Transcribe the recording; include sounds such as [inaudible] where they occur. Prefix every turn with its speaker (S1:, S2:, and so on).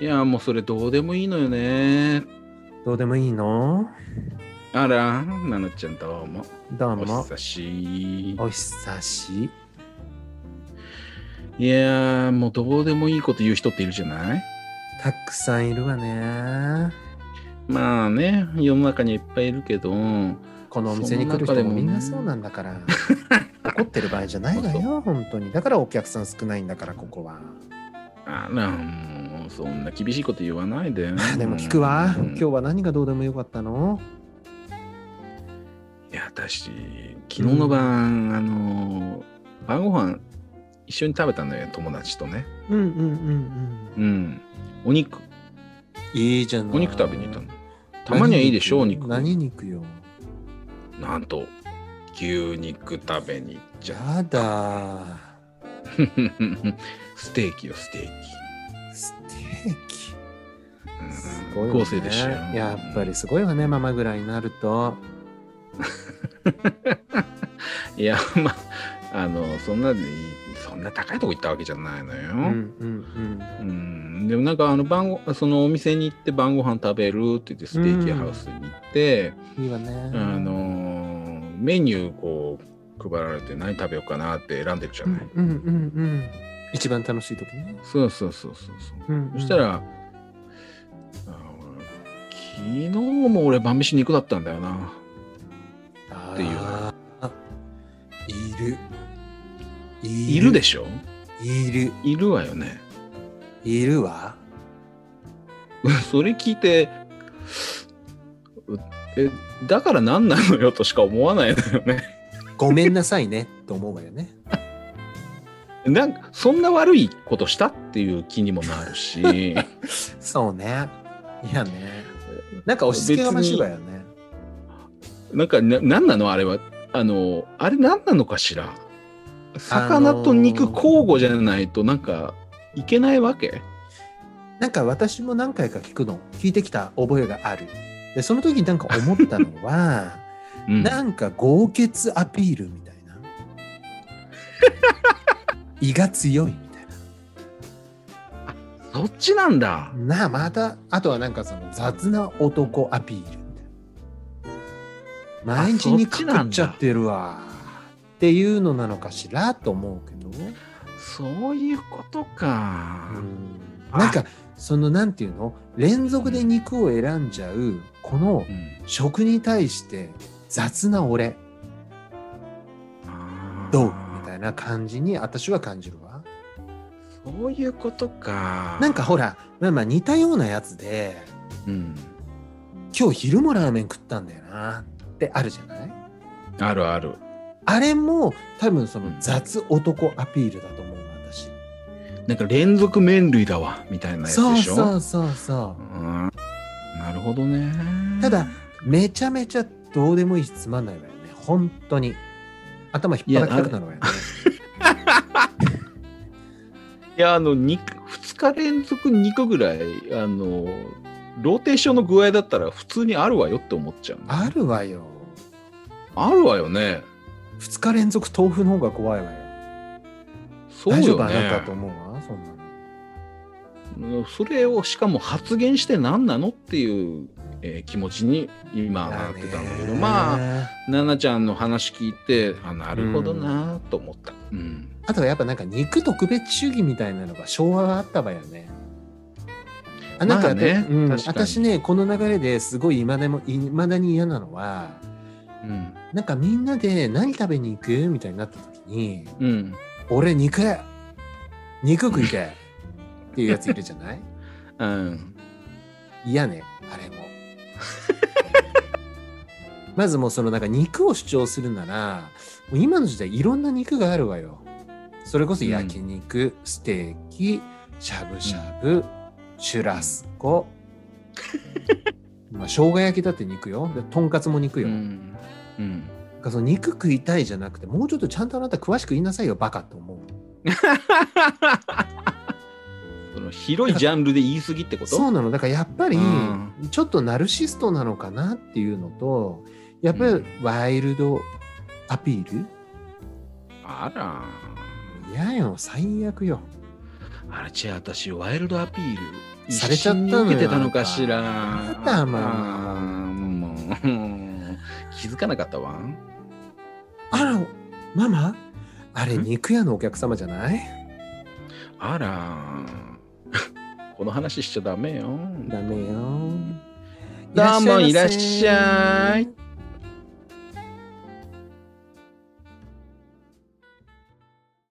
S1: いや、もうそれどうでもいいのよね。
S2: どうでもいいの
S1: あら、ななちゃんどうも。
S2: どう
S1: お
S2: も。
S1: 久し
S2: お久し。
S1: い。いやー、もうどうでもいいこと言う人っているじゃない
S2: たくさんいるわね。
S1: まあね、世の中にはいっぱいいるけど、
S2: このお店に来る
S1: その中で
S2: 人
S1: も
S2: も
S1: ね
S2: みんなそうなん
S1: [laughs]
S2: だから。怒ってる場合じゃないわ
S1: そう
S2: よ、本当に。だからお客さん少ないんだから、ここは。
S1: あら、もうそんな厳しいこと言わないで。
S2: [laughs] でも聞くわ。
S1: うん
S2: 今日は何がどうでもよかったの
S1: いや、私、昨日の晩、あのー、晩ご飯一緒に食べたのよ、友達とね。
S2: うんうんうん
S1: うん。お肉、
S2: うん。いいじゃない。
S1: お肉食べに行ったの。たまにはいいでしょ、お肉。
S2: 何肉よ。
S1: なんと、牛肉食べに行っちゃ
S2: [laughs]
S1: った
S2: やだ。
S1: ステーキよ、ステーキ。
S2: ステーキ。
S1: うん
S2: すごいわね
S1: 豪勢でしたよ。
S2: やっぱりすごいわね、ママぐらいになると。
S1: いや、まあ、あの、そんなでいい、そんな高いとこ行ったわけじゃないの
S2: うん
S1: よ。
S2: うん
S1: うん、でもなんか、あの、晩ご、そのお店に行って晩ご飯食べるって言って、ステーキハウスに行って、
S2: うん。いいわね。
S1: あのー、メニューこう、配られて何食べようかなって選んでるじゃ
S2: うん
S1: ない。
S2: うんうんうん。一番楽しい時ね。
S1: そうそうそうそうそう。
S2: うん
S1: そした、ら、あの昨日も俺晩飯肉だったんだよな。
S2: って
S1: いう
S2: いる。い
S1: いるで
S2: し
S1: しょ
S2: いる。
S1: いるわよね。 [laughs]
S2: いるわ。
S1: それ聞いて、うえ、だから何なのよとしか思わないのよ [laughs] ね。
S2: ごめんなさいね。 [laughs] と思うわよね。
S1: なんか、そんな悪いことしたっていう気にもなるし、
S2: そうね。いやね。 [laughs] なんか押し付けがましいわよね。
S1: なんか、な、何なのあれは。あの、あれ何なのかしら。魚と肉
S2: あのー
S1: 交互じゃないと、なんか、いけないわけ
S2: なんか私も何回か聞くの。聞いてきた覚えがある。で、その時になんか思ったのは、
S1: [laughs] うん。
S2: なんか豪傑アピールみたい
S1: [laughs]
S2: な。胃が強いみたい
S1: そっちなんだ。
S2: な。なあ、また、あとはなんかその雑な男アピールみたいな。毎日に食っちゃってるわ。っていうのなのかしらと思うけど。
S1: そういうことか。
S2: うんなんか、そのなんていうの連続で肉を選んじゃう、この
S1: うん
S2: 食に対して雑な俺、
S1: あー
S2: どうみたいな感じに私は感じるわ。
S1: そういうことか。
S2: なんかほら、まあまあ似たようなやつで、
S1: うん、
S2: 今日昼もラーメン食ったんだよなってあるじゃない
S1: あるある。
S2: あれも多分その雑男アピールだと思うの私。
S1: なんか連続麺類だわみたいなやつ
S2: そう
S1: でしょ。
S2: そうそうそう。
S1: うんなるほどね。
S2: ただ、めちゃめちゃどうでもいいしつまんないわよね。本当に。頭引っ張られたくなるわよね。
S1: いやあの肉二日連続肉ぐらいあのローテーションの具合だったら普通にあるわよって思っちゃう。
S2: あるわよ。
S1: あるわよね。
S2: 2日連続豆腐の方が怖いわよ。
S1: そう
S2: 大丈夫
S1: よ
S2: あなた
S1: ね。
S2: と思うわ、そんなの。
S1: うんそれをしかも発言して何なのっていう、えー気持ちに今なってたんだけど、まあ。
S2: あ。
S1: 奈々ちゃんの話聞いてあなるほどなと思った、うん
S2: あとはやっぱなんか肉特別主義みたいなのが昭和はあったわよね。あなん
S1: まあ
S2: か
S1: ね
S2: ね、うん
S1: 確かに
S2: 私ねこの流れですごい今でも未だに嫌なのは
S1: うん
S2: なんかみんなで何食べに行くみたいになった時に
S1: うん、
S2: 「俺肉肉食いて」っていうやついるじゃ
S1: [laughs]
S2: ない
S1: うん、
S2: 嫌ねあれも。まずもうそのなんか肉を主張するならもう今の時代いろんな肉があるわよ。それこそ焼肉、ステーキしゃぶしゃぶ、シュラス
S1: [laughs]
S2: コまあ生姜焼きだって肉よでとんかつも肉
S1: う
S2: よ、
S1: んうん、
S2: だからその肉食いたいじゃなくてもうちょっとちゃんとあなた詳しく言いなさいよバカと思う
S1: その広いジャンルで言い過ぎってこと
S2: そうなのだからやっぱり
S1: うん
S2: ちょっとナルシストなのかなっていうのとやっぱ
S1: う
S2: り
S1: ん
S2: ワイルドアピール
S1: あら
S2: いやよ最悪よ
S1: ああれ、違う、私、ワイルドアピール、
S2: されちゃったのよ
S1: 一瞬受けてたのかしら。
S2: あなたまあ
S1: あーもうもう気づかなかったわ。
S2: あら、ママあれ、
S1: ん
S2: 肉屋のお客様じゃない
S1: あら、 [laughs] この話しちゃダメよ。
S2: ダメよ。
S1: どうもいらっしゃい。